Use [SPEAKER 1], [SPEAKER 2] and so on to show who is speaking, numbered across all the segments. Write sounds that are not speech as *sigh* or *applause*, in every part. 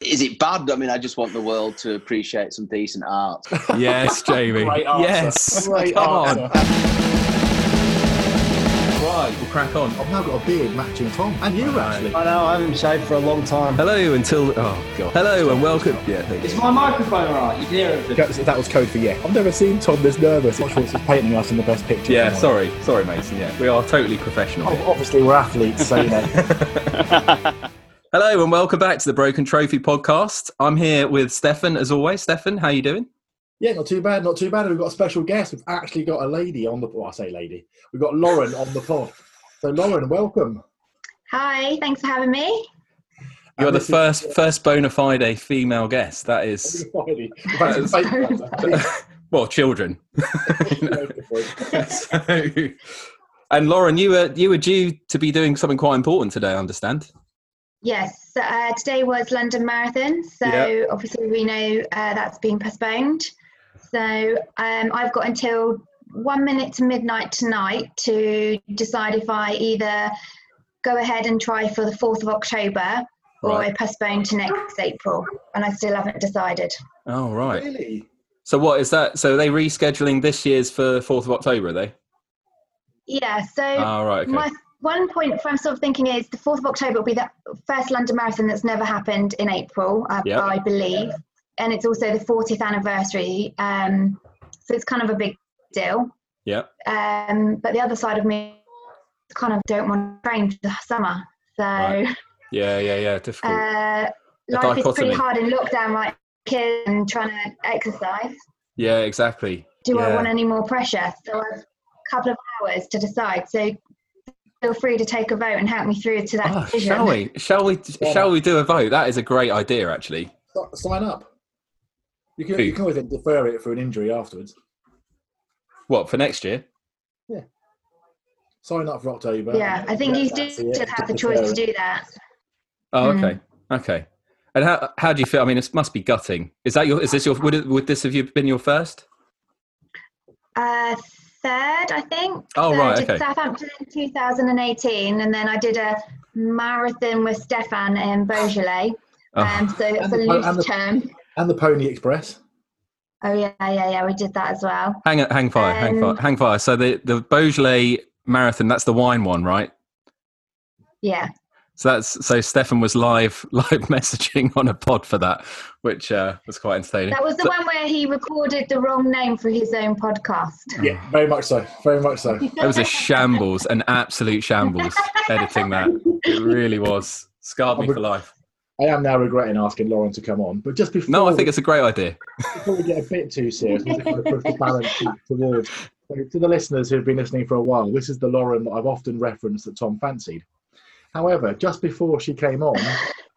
[SPEAKER 1] is it bad? I mean, I just want the world to appreciate some decent art.
[SPEAKER 2] *laughs*
[SPEAKER 3] Yes, Jamie.
[SPEAKER 2] Great answer.
[SPEAKER 3] yes.
[SPEAKER 2] Great
[SPEAKER 3] Come on.
[SPEAKER 2] answer.
[SPEAKER 3] Right, we'll crack on.
[SPEAKER 4] I've now got a beard matching Tom and you actually.
[SPEAKER 5] I know, I haven't shaved for a long time.
[SPEAKER 3] Hello until. Oh, God. Hello and welcome. Yeah, thank
[SPEAKER 5] Is my microphone alright? You can hear everything.
[SPEAKER 4] That was code for yeah. I've never seen Tom this nervous. Watch what's painting us in the best picture.
[SPEAKER 3] Yeah, sorry. Sorry, Mason. Yeah, we are totally professional.
[SPEAKER 2] Oh.
[SPEAKER 4] Ob- Obviously, we're athletes, so you know.
[SPEAKER 3] *laughs* Hello and welcome back to the Broken Trophy podcast. I'm here with Stefan as always. Stefan, how you doing?
[SPEAKER 4] yeah, not too bad, not too bad. We've got a special guest. We've actually got a lady on the. Well, I say lady. We've got Lauren on the pod. So Lauren, welcome. *laughs*
[SPEAKER 6] Hi, thanks for having me.
[SPEAKER 3] You're
[SPEAKER 4] And
[SPEAKER 3] the
[SPEAKER 4] this is-
[SPEAKER 3] first first bona fide female guest. That is
[SPEAKER 4] Friday. We've had some fake ones, actually.
[SPEAKER 3] *laughs* well,
[SPEAKER 2] *laughs*
[SPEAKER 3] children. *laughs*
[SPEAKER 4] Yes.
[SPEAKER 3] So- and Lauren, you were you were due to be doing something quite important today, I understand.
[SPEAKER 6] Yes, uh, today was London Marathon, so
[SPEAKER 3] Yeah.
[SPEAKER 6] obviously we know uh, that's been postponed. So um, I've got until one minute to midnight tonight to decide if I either go ahead and try for the 4th of October or
[SPEAKER 3] Right.
[SPEAKER 6] I postpone to next April, and I still haven't decided.
[SPEAKER 3] Oh right.
[SPEAKER 4] Really?
[SPEAKER 3] So what is that? So are they rescheduling this year's for fourth of October, are they?
[SPEAKER 6] Yeah, so
[SPEAKER 3] Oh right, okay.
[SPEAKER 6] my one point from sort of thinking is the 4th of October will be the first London Marathon that's never happened in April, uh,
[SPEAKER 3] Yep.
[SPEAKER 6] I believe. And it's also the 40th anniversary. Um, so it's kind of a big deal.
[SPEAKER 3] yeah.
[SPEAKER 6] Um, but the other side of me kind of don't want to train for the summer. So
[SPEAKER 3] Right. Yeah, yeah, yeah. Difficult.
[SPEAKER 6] uh,
[SPEAKER 3] The
[SPEAKER 6] life is
[SPEAKER 3] dichotomy.
[SPEAKER 6] pretty hard in lockdown right kids and trying to exercise.
[SPEAKER 3] yeah, exactly.
[SPEAKER 6] Do
[SPEAKER 3] Yeah.
[SPEAKER 6] I want any more pressure? So I've a couple of hours to decide. So feel free to take a vote and help me through to that
[SPEAKER 3] Oh,
[SPEAKER 6] decision.
[SPEAKER 3] shall we? Shall
[SPEAKER 6] *laughs*
[SPEAKER 3] we?
[SPEAKER 4] Yeah.
[SPEAKER 3] Shall we do a vote? That is a great idea, actually.
[SPEAKER 4] S- Sign up. You can, you can always defer it for an injury afterwards.
[SPEAKER 3] What for next year?
[SPEAKER 4] Sign up for October.
[SPEAKER 6] Yeah, I think you do still have the choice to do that.
[SPEAKER 3] Oh,
[SPEAKER 6] Mm.
[SPEAKER 3] okay, okay. And how how do you feel? I mean, it must be gutting. Is that your? Is this your? Would it, would this have you been your first?
[SPEAKER 6] Uh, third, I think.
[SPEAKER 3] Oh,
[SPEAKER 6] So
[SPEAKER 3] right,
[SPEAKER 6] I did
[SPEAKER 3] okay.
[SPEAKER 6] Southampton in 2018, and then I did a marathon with Stefan in Beaujolais.
[SPEAKER 3] Oh,
[SPEAKER 6] Um, so it's
[SPEAKER 4] And
[SPEAKER 6] a
[SPEAKER 4] the po-
[SPEAKER 6] loose
[SPEAKER 4] and the-
[SPEAKER 6] term.
[SPEAKER 4] And the Pony Express.
[SPEAKER 6] Oh yeah, yeah, yeah. We did that as well.
[SPEAKER 3] hang hang fire, hang fire,
[SPEAKER 6] um,
[SPEAKER 3] hang fire. So the the Beaujolais marathon. That's the wine one, right?
[SPEAKER 6] Yeah.
[SPEAKER 3] So that's so Stefan was live *laughs* live messaging on a pod for that, which uh, was quite entertaining.
[SPEAKER 6] That was the one where he recorded the wrong name for his own podcast.
[SPEAKER 4] Yeah,
[SPEAKER 3] Ah.
[SPEAKER 4] very much so. Very much
[SPEAKER 6] *laughs*
[SPEAKER 4] so.
[SPEAKER 3] That was a shambles, an absolute shambles editing that. It really was. Scarred me for life.
[SPEAKER 4] I am now regretting asking Lauren to come on, but just before,
[SPEAKER 3] No, I think it's a great idea.
[SPEAKER 4] before we get a bit too serious, I just want to put the balance back towards. So to the listeners who've been listening for a while, this is the Lauren that I've often referenced that Tom fancied. However, just before she came on,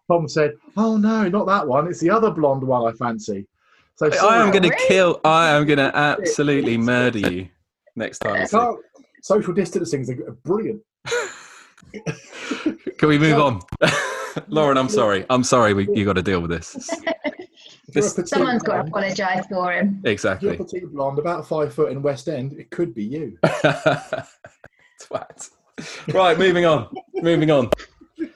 [SPEAKER 4] Tom said, "Oh no, not that one. It's the other blonde one I fancy." So
[SPEAKER 3] I am
[SPEAKER 4] sorry,
[SPEAKER 3] going to
[SPEAKER 6] Really?
[SPEAKER 3] kill. I am going to absolutely murder you next time. I see you.
[SPEAKER 4] can't- social distancing is a- a brilliant.
[SPEAKER 3] Can we move on, *laughs* Lauren? I'm sorry. I'm sorry. We, you got to deal with this.
[SPEAKER 4] If you're a
[SPEAKER 3] This-
[SPEAKER 4] petite
[SPEAKER 6] Someone's got to
[SPEAKER 3] um,
[SPEAKER 4] blonde-
[SPEAKER 6] apologise for him.
[SPEAKER 4] if You're a *laughs*
[SPEAKER 3] Exactly. *laughs*
[SPEAKER 4] petite blonde, about five foot in West End. It could be you.
[SPEAKER 3] Twat. Right, moving on. Moving on.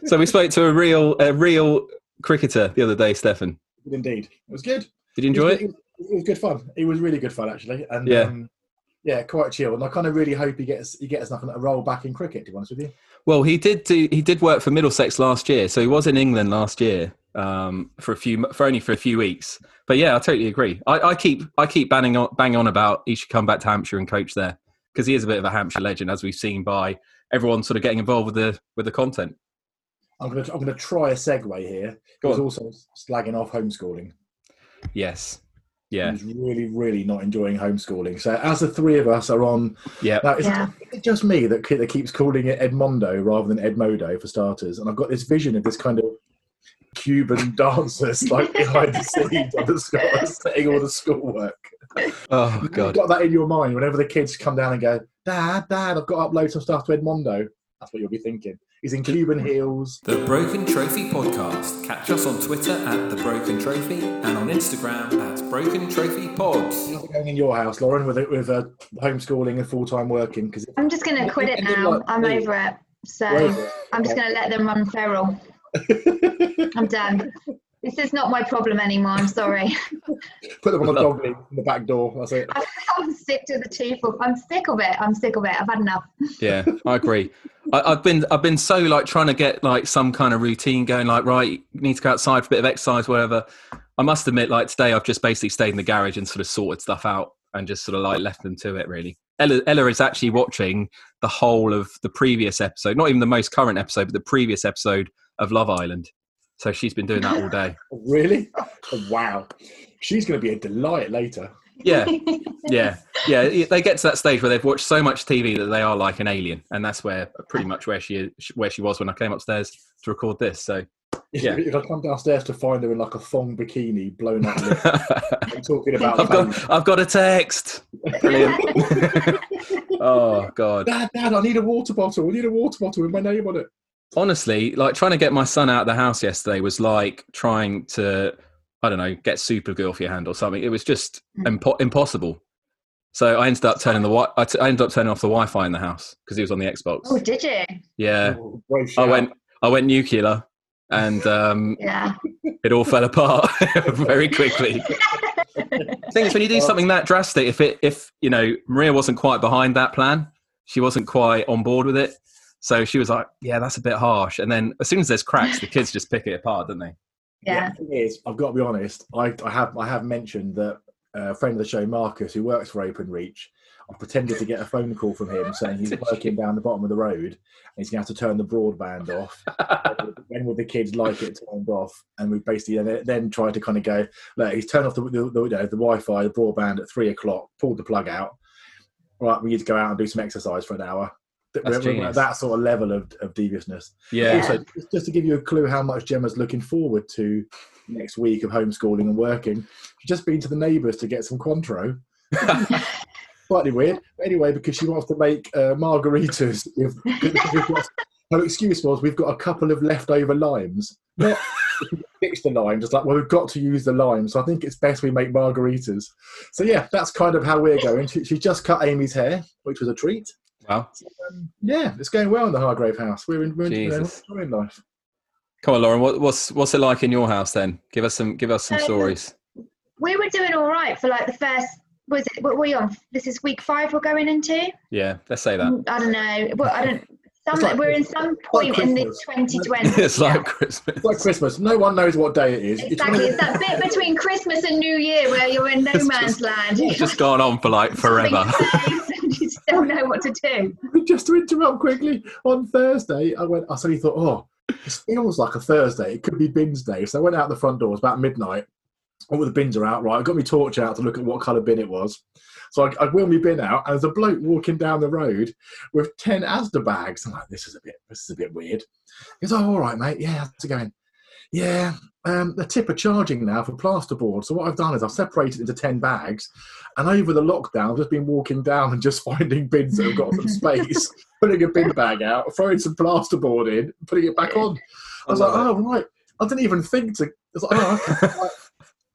[SPEAKER 3] So we spoke to a real, a real cricketer the other day, Stefan.
[SPEAKER 4] Indeed, it was good.
[SPEAKER 3] Did you enjoy
[SPEAKER 4] was-
[SPEAKER 3] it?
[SPEAKER 4] was- It was good fun. It was really good fun actually, and
[SPEAKER 3] Yeah.
[SPEAKER 4] um, yeah, quite chill. And I kind of really hope he gets he gets nothing a roll back in cricket. To be honest with you,
[SPEAKER 3] Well, he did. Do, he did work for Middlesex last year, so he was in England last year um, for a few, for only for a few weeks. But yeah, I totally agree. I, I keep, I keep banning on, bang on about he should come back to Hampshire and coach there because he is a bit of a Hampshire legend, as we've seen by everyone sort of getting involved with the with the content.
[SPEAKER 4] I'm gonna I'm gonna try a segue here.
[SPEAKER 3] Go
[SPEAKER 4] He was
[SPEAKER 3] on.
[SPEAKER 4] also slagging off homeschooling.
[SPEAKER 3] Yes.
[SPEAKER 4] He
[SPEAKER 3] Yeah.
[SPEAKER 4] was really really not enjoying homeschooling. So as the three of us are on,
[SPEAKER 3] Yeah.
[SPEAKER 4] now is,
[SPEAKER 6] Yeah.
[SPEAKER 4] it, is it just me that, ke- that keeps calling it Edmondo rather than Edmodo for starters? And I've got this vision of this kind of Cuban *laughs* dancers like behind the scenes of the school, setting all the schoolwork.
[SPEAKER 3] Oh
[SPEAKER 4] You've
[SPEAKER 3] god.
[SPEAKER 4] got that in your mind whenever the kids come down and go, Dad, Dad, I've got to upload some stuff to Edmondo. That's what you'll be thinking. He's in Cuban heels.
[SPEAKER 3] The Broken Trophy Podcast. Catch us on Twitter at The Broken Trophy and on Instagram at Broken Trophy Pods.
[SPEAKER 4] How's it going in your house, Lauren, with with uh, homeschooling and full time working? Because
[SPEAKER 6] I'm just going to quit it now. I'm over it. So I'm just going to let them run feral. I'm done. This is not my problem anymore. I'm sorry. *laughs*
[SPEAKER 4] Put them on the dog lead in the back door. That's it.
[SPEAKER 6] I'm sick to the tooth. of- I'm sick of it. I'm sick of it. I've had enough.
[SPEAKER 3] Yeah, I agree. I, I've been I've been so like trying to get like some kind of routine going. Like, right, you need to go outside for a bit of exercise, whatever. I must admit, like today, I've just basically stayed in the garage and sort of sorted stuff out and just sort of like left them to it. Really, Ella, Ella is actually watching the whole of the previous episode, not even the most current episode, but the previous episode of Love Island. So she's been doing that all day. *laughs*
[SPEAKER 4] Really? Oh, Wow. She's going to be a delight later. *laughs*
[SPEAKER 3] Yeah, yeah, yeah. They get to that stage where they've watched so much TV that they are like an alien, and that's where uh, pretty much where she is, where she was when I came upstairs to record this. So *laughs* Yeah.
[SPEAKER 4] If I come downstairs to find her in like a thong bikini, blown out, lip,
[SPEAKER 3] I've *laughs*
[SPEAKER 4] I'm talking about. bangs.
[SPEAKER 3] got I've got a text. Brilliant. oh god.
[SPEAKER 4] Dad, Dad, I need a water bottle. I need a water bottle with my name on it.
[SPEAKER 3] Honestly, like trying to get my son out of the house yesterday was like trying to I don't know get Supergirl off your hand or something. It was just impo- impossible. So I ended up turning the wi- I, t- I ended up turning off the Wi-Fi in the house because he was on the Xbox.
[SPEAKER 6] oh, did you?
[SPEAKER 3] Yeah.
[SPEAKER 4] Oh, gross
[SPEAKER 3] Uh, I
[SPEAKER 4] shout.
[SPEAKER 3] went I went nuclear and *laughs* um,
[SPEAKER 6] Yeah.
[SPEAKER 3] it all fell apart *laughs* very *laughs* quickly. thing is when you do something that drastic, if it if you know, Maria wasn't quite behind that plan, she wasn't quite on board with it. So she was like, Yeah, that's a bit harsh. And then as soon as there's cracks, the kids just pick it apart, don't they?
[SPEAKER 6] Yeah.
[SPEAKER 4] The thing is, I've got to be honest. I, I have I have mentioned that uh, a friend of the show, Marcus, who works for OpenReach, I pretended to get a phone call from him saying he's
[SPEAKER 3] *laughs* Did you?
[SPEAKER 4] working down the bottom of the road and he's going to have to turn the
[SPEAKER 3] *laughs*
[SPEAKER 4] broadband off. when will the kids like it turned off? And we basically then, then tried to kind of go, look, he's turned off the, the, the, you know, the Wi-Fi, the broadband at three o'clock, pulled the plug out. Right, we need to go out and do some exercise for an hour. That-
[SPEAKER 3] That's
[SPEAKER 4] we're- we're at
[SPEAKER 3] genius.
[SPEAKER 4] that sort of level of, of deviousness.
[SPEAKER 3] Yeah.
[SPEAKER 4] Also, just- just to give you a clue how much Gemma's looking forward to next week of homeschooling and working, she's just been to the neighbours to get some Cointreau. Slightly weird. But anyway, because she wants to make uh, margaritas. With, we've got- her excuse was, we've got a couple of leftover limes.
[SPEAKER 3] *laughs*
[SPEAKER 4] Not fix the limes. It's like, well, we've got to use the limes. So I think it's best we make margaritas. So yeah, that's kind of how we're going. She, she just cut Amy's hair, which was a treat. um,
[SPEAKER 3] Wow.
[SPEAKER 4] Yeah, it's going well in the Hargrave house. We're, in, we're in- we're
[SPEAKER 3] Jesus.
[SPEAKER 4] enjoying life.
[SPEAKER 3] Come on, Lauren, what, what's what's it like in your house then? Give us some give us some
[SPEAKER 6] Um,
[SPEAKER 3] stories.
[SPEAKER 6] We were doing all right for like the first. Was it? What were we on? This is week five. We're going into.
[SPEAKER 3] Yeah, let's say
[SPEAKER 6] *laughs*
[SPEAKER 3] that. *laughs*
[SPEAKER 6] I don't know. Well, I don't. Some,
[SPEAKER 4] It's like-
[SPEAKER 6] we're in some point in the
[SPEAKER 4] Christmas.
[SPEAKER 6] 2020.
[SPEAKER 3] *laughs* it's like Christmas.
[SPEAKER 4] It's like Christmas. No one knows what day it is. It's
[SPEAKER 6] Exactly. It's that
[SPEAKER 4] *laughs*
[SPEAKER 6] bit between Christmas and New Year where you're in no
[SPEAKER 3] It's
[SPEAKER 6] man's
[SPEAKER 3] just-
[SPEAKER 6] land. *laughs* You
[SPEAKER 3] It's just gone on for like
[SPEAKER 6] *laughs*
[SPEAKER 3] forever.
[SPEAKER 6] you just don't know what to do.
[SPEAKER 4] just to interrupt quickly, on Thursday, I went, I suddenly thought, oh, this feels like a Thursday. It could be bins day. So I went out the front door. It was about midnight. All the bins are out, right? I got my torch out to look at what colour bin it was. So I, I wheeled my bin out, and there's a bloke walking down the road with 10 Asda bags. I'm like, this is a bit, this is a bit weird. He goes, oh, all right, mate. Yeah, how's it going? Yeah, um, the tip are charging now for plasterboard. So what I've done is I've separated into 10 bags, and over the lockdown, I've just been walking down and just *laughs* finding bins that have got some space, *laughs* putting a bin bag out, throwing some plasterboard in, putting it back on. I was like,
[SPEAKER 3] love
[SPEAKER 4] oh, right. I didn't even think to. I was like, oh,
[SPEAKER 3] *laughs*
[SPEAKER 4] okay. right.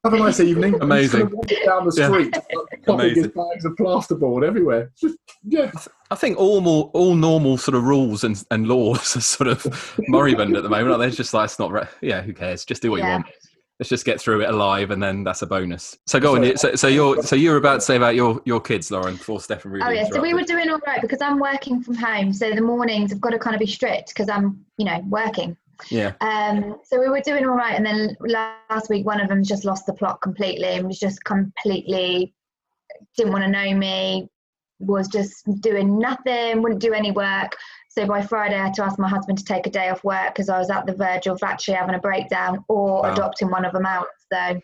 [SPEAKER 4] Have a nice evening. I'm just gonna
[SPEAKER 3] Amazing.
[SPEAKER 4] walk it Down the
[SPEAKER 3] Yeah. *laughs*
[SPEAKER 4] street, like, popping his
[SPEAKER 3] Amazing.
[SPEAKER 4] bags of plasterboard everywhere. yeah,
[SPEAKER 3] I think all more, all normal sort of rules and, and laws are sort
[SPEAKER 6] *laughs*
[SPEAKER 3] of moribund at the moment. Like they're just like it's not. Re- yeah, who cares? Just do what
[SPEAKER 6] Yeah.
[SPEAKER 3] you want. Let's just get through it alive, and then that's a bonus. So go on.
[SPEAKER 4] Sorry.
[SPEAKER 3] you- So, so you're so you were about to say about your your kids, Lauren, before Steph and Ruby.
[SPEAKER 6] Oh yeah, so we
[SPEAKER 3] interrupted.
[SPEAKER 6] were doing all right because I'm working from home, so the mornings I've got to kind of be strict because I'm, you know, working.
[SPEAKER 3] Yeah.
[SPEAKER 6] Um, so we were doing all right, and then last week one of them just lost the plot completely and was just completely didn't want to know me, was just doing nothing, wouldn't do any work. So by Friday, I had to ask my husband to take a day off work because I was at the verge of actually having a breakdown or
[SPEAKER 3] Wow.
[SPEAKER 6] adopting one of them out. So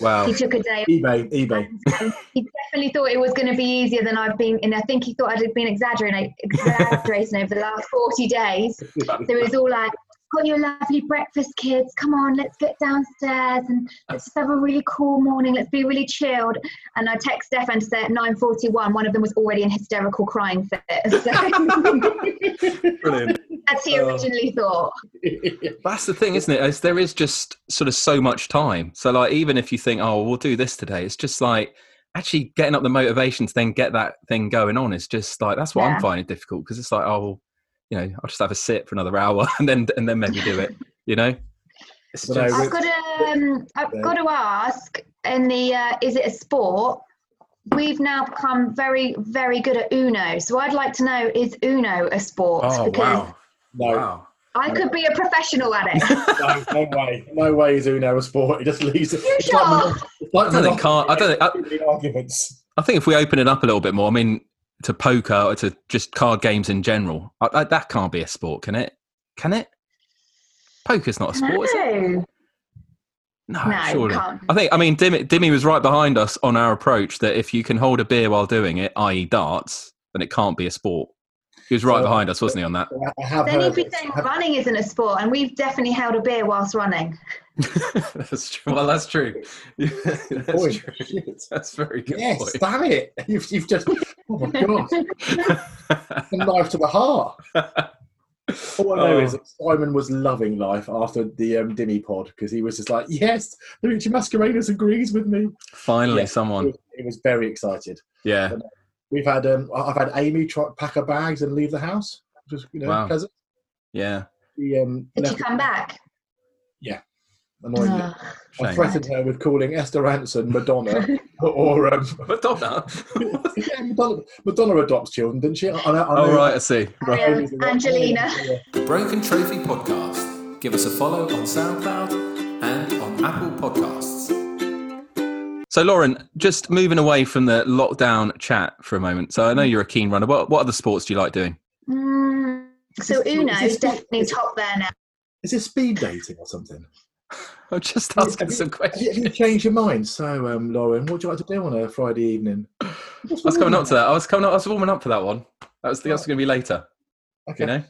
[SPEAKER 3] Wow.
[SPEAKER 6] he took a day
[SPEAKER 4] eBay, eBay.
[SPEAKER 6] um, he definitely thought it was going to be easier than I've been, and I think he thought I'd have been exaggerating, exaggerating over the last 40 days. So it was all like, got your lovely breakfast, kids. Come on, let's get downstairs and let's just have a really cool morning. Let's be really chilled. And I text Stefan to say at 9.41, one of them was already in hysterical crying fit. *laughs* So
[SPEAKER 3] Brilliant.
[SPEAKER 6] that's he originally thought.
[SPEAKER 3] That's the thing, isn't it? Is there is just sort of so much time. So like, even if you think, oh, we'll do this today, it's just like actually getting up the motivation to then get that thing going on is just like that's what
[SPEAKER 6] Yeah.
[SPEAKER 3] I'm finding difficult because it's *laughs* like, oh, well, you know, I'll just have a sit for another hour and then and then maybe do it. You know. It's
[SPEAKER 4] But I
[SPEAKER 3] just-
[SPEAKER 6] I've got to, um, I've
[SPEAKER 4] Yeah.
[SPEAKER 6] got to ask in the uh, is it a sport? We've now become very, very good at Uno. So I'd like to know is Uno a sport?
[SPEAKER 3] oh
[SPEAKER 6] because
[SPEAKER 3] wow,
[SPEAKER 4] No,
[SPEAKER 3] wow.
[SPEAKER 6] I could be a professional at
[SPEAKER 3] *laughs*
[SPEAKER 6] it.
[SPEAKER 4] no, no way. No way is Uno a sport. It just leaves it.
[SPEAKER 6] You
[SPEAKER 4] it's like
[SPEAKER 6] sure?
[SPEAKER 4] mon- it's like
[SPEAKER 3] I don't think can't. I don't. I,
[SPEAKER 4] monopoly arguments.
[SPEAKER 3] I think if we open it up a little bit more, I mean, to poker or to just card games in general, I, I, that can't be a sport, can it? Can it? Poker's not a sport, is it?
[SPEAKER 6] no,
[SPEAKER 3] No,
[SPEAKER 6] no,
[SPEAKER 3] surely.
[SPEAKER 6] can't.
[SPEAKER 3] I think, I mean, Dimmy, Dimmy was right behind us on our approach that if you can hold a beer while doing it, i.e., darts, then it can't be a sport. He was right
[SPEAKER 4] So-
[SPEAKER 3] behind us, wasn't he, on that?
[SPEAKER 4] I- I have
[SPEAKER 6] Then
[SPEAKER 4] heard
[SPEAKER 6] you'd be
[SPEAKER 4] it.
[SPEAKER 6] saying
[SPEAKER 4] Have-
[SPEAKER 6] running isn't a sport, and we've definitely held a beer whilst running.
[SPEAKER 3] *laughs* that's true. Well, that's true. *laughs* that's
[SPEAKER 4] point.
[SPEAKER 3] true. That's very good
[SPEAKER 4] Yes, damn it! *laughs* You've, you've just oh my
[SPEAKER 3] *laughs*
[SPEAKER 4] god,
[SPEAKER 3] point.
[SPEAKER 4] a knife to the heart. All I know
[SPEAKER 3] Oh.
[SPEAKER 4] is that Simon was loving life after the um, Dimmy pod because he was just like, yes, the Richie Mascarenas agrees with me.
[SPEAKER 3] Finally,
[SPEAKER 4] Yeah. He
[SPEAKER 3] someone.
[SPEAKER 4] was, he was very excited.
[SPEAKER 3] Yeah.
[SPEAKER 4] We've had um, I- I've had Amy try, pack her bags and leave the house. Just you know,
[SPEAKER 3] Wow.
[SPEAKER 4] pleasant.
[SPEAKER 3] Yeah.
[SPEAKER 4] She, um,
[SPEAKER 6] Did you
[SPEAKER 4] left-
[SPEAKER 6] come back?
[SPEAKER 4] annoyingly.
[SPEAKER 6] Ugh.
[SPEAKER 4] I
[SPEAKER 3] *laughs* Shame.
[SPEAKER 4] threatened her with calling Esther Anson
[SPEAKER 6] *laughs*
[SPEAKER 4] Madonna or um, *laughs*
[SPEAKER 3] Madonna.
[SPEAKER 4] yeah, Madonna, Madonna adopts children, didn't she? I, I, I
[SPEAKER 3] oh,
[SPEAKER 4] know-
[SPEAKER 3] right, I see. Right.
[SPEAKER 6] Um, Angelina.
[SPEAKER 2] The Broken Trophy Podcast. Give us a follow on SoundCloud and on Apple Podcasts.
[SPEAKER 3] So, Lauren, just moving away from the lockdown chat for a moment. So, I know you're a keen runner. What, what other sports do you like doing? *laughs*
[SPEAKER 6] Mm, so
[SPEAKER 4] Is this-
[SPEAKER 6] Uno
[SPEAKER 4] is
[SPEAKER 6] is
[SPEAKER 4] this-
[SPEAKER 6] definitely
[SPEAKER 4] is-
[SPEAKER 6] top there now.
[SPEAKER 4] Is this speed dating or something?
[SPEAKER 3] I'm just
[SPEAKER 4] Have you-
[SPEAKER 3] asking
[SPEAKER 4] have you-
[SPEAKER 3] some
[SPEAKER 4] Have you, have
[SPEAKER 3] questions.
[SPEAKER 4] you changed your mind? So, um, Lauren, what do you like to do on a Friday evening?
[SPEAKER 3] I was coming up to that. I was coming up. I was warming up for that one. That was, that
[SPEAKER 6] Oh.
[SPEAKER 3] was going to be later,
[SPEAKER 4] Okay.
[SPEAKER 3] you know?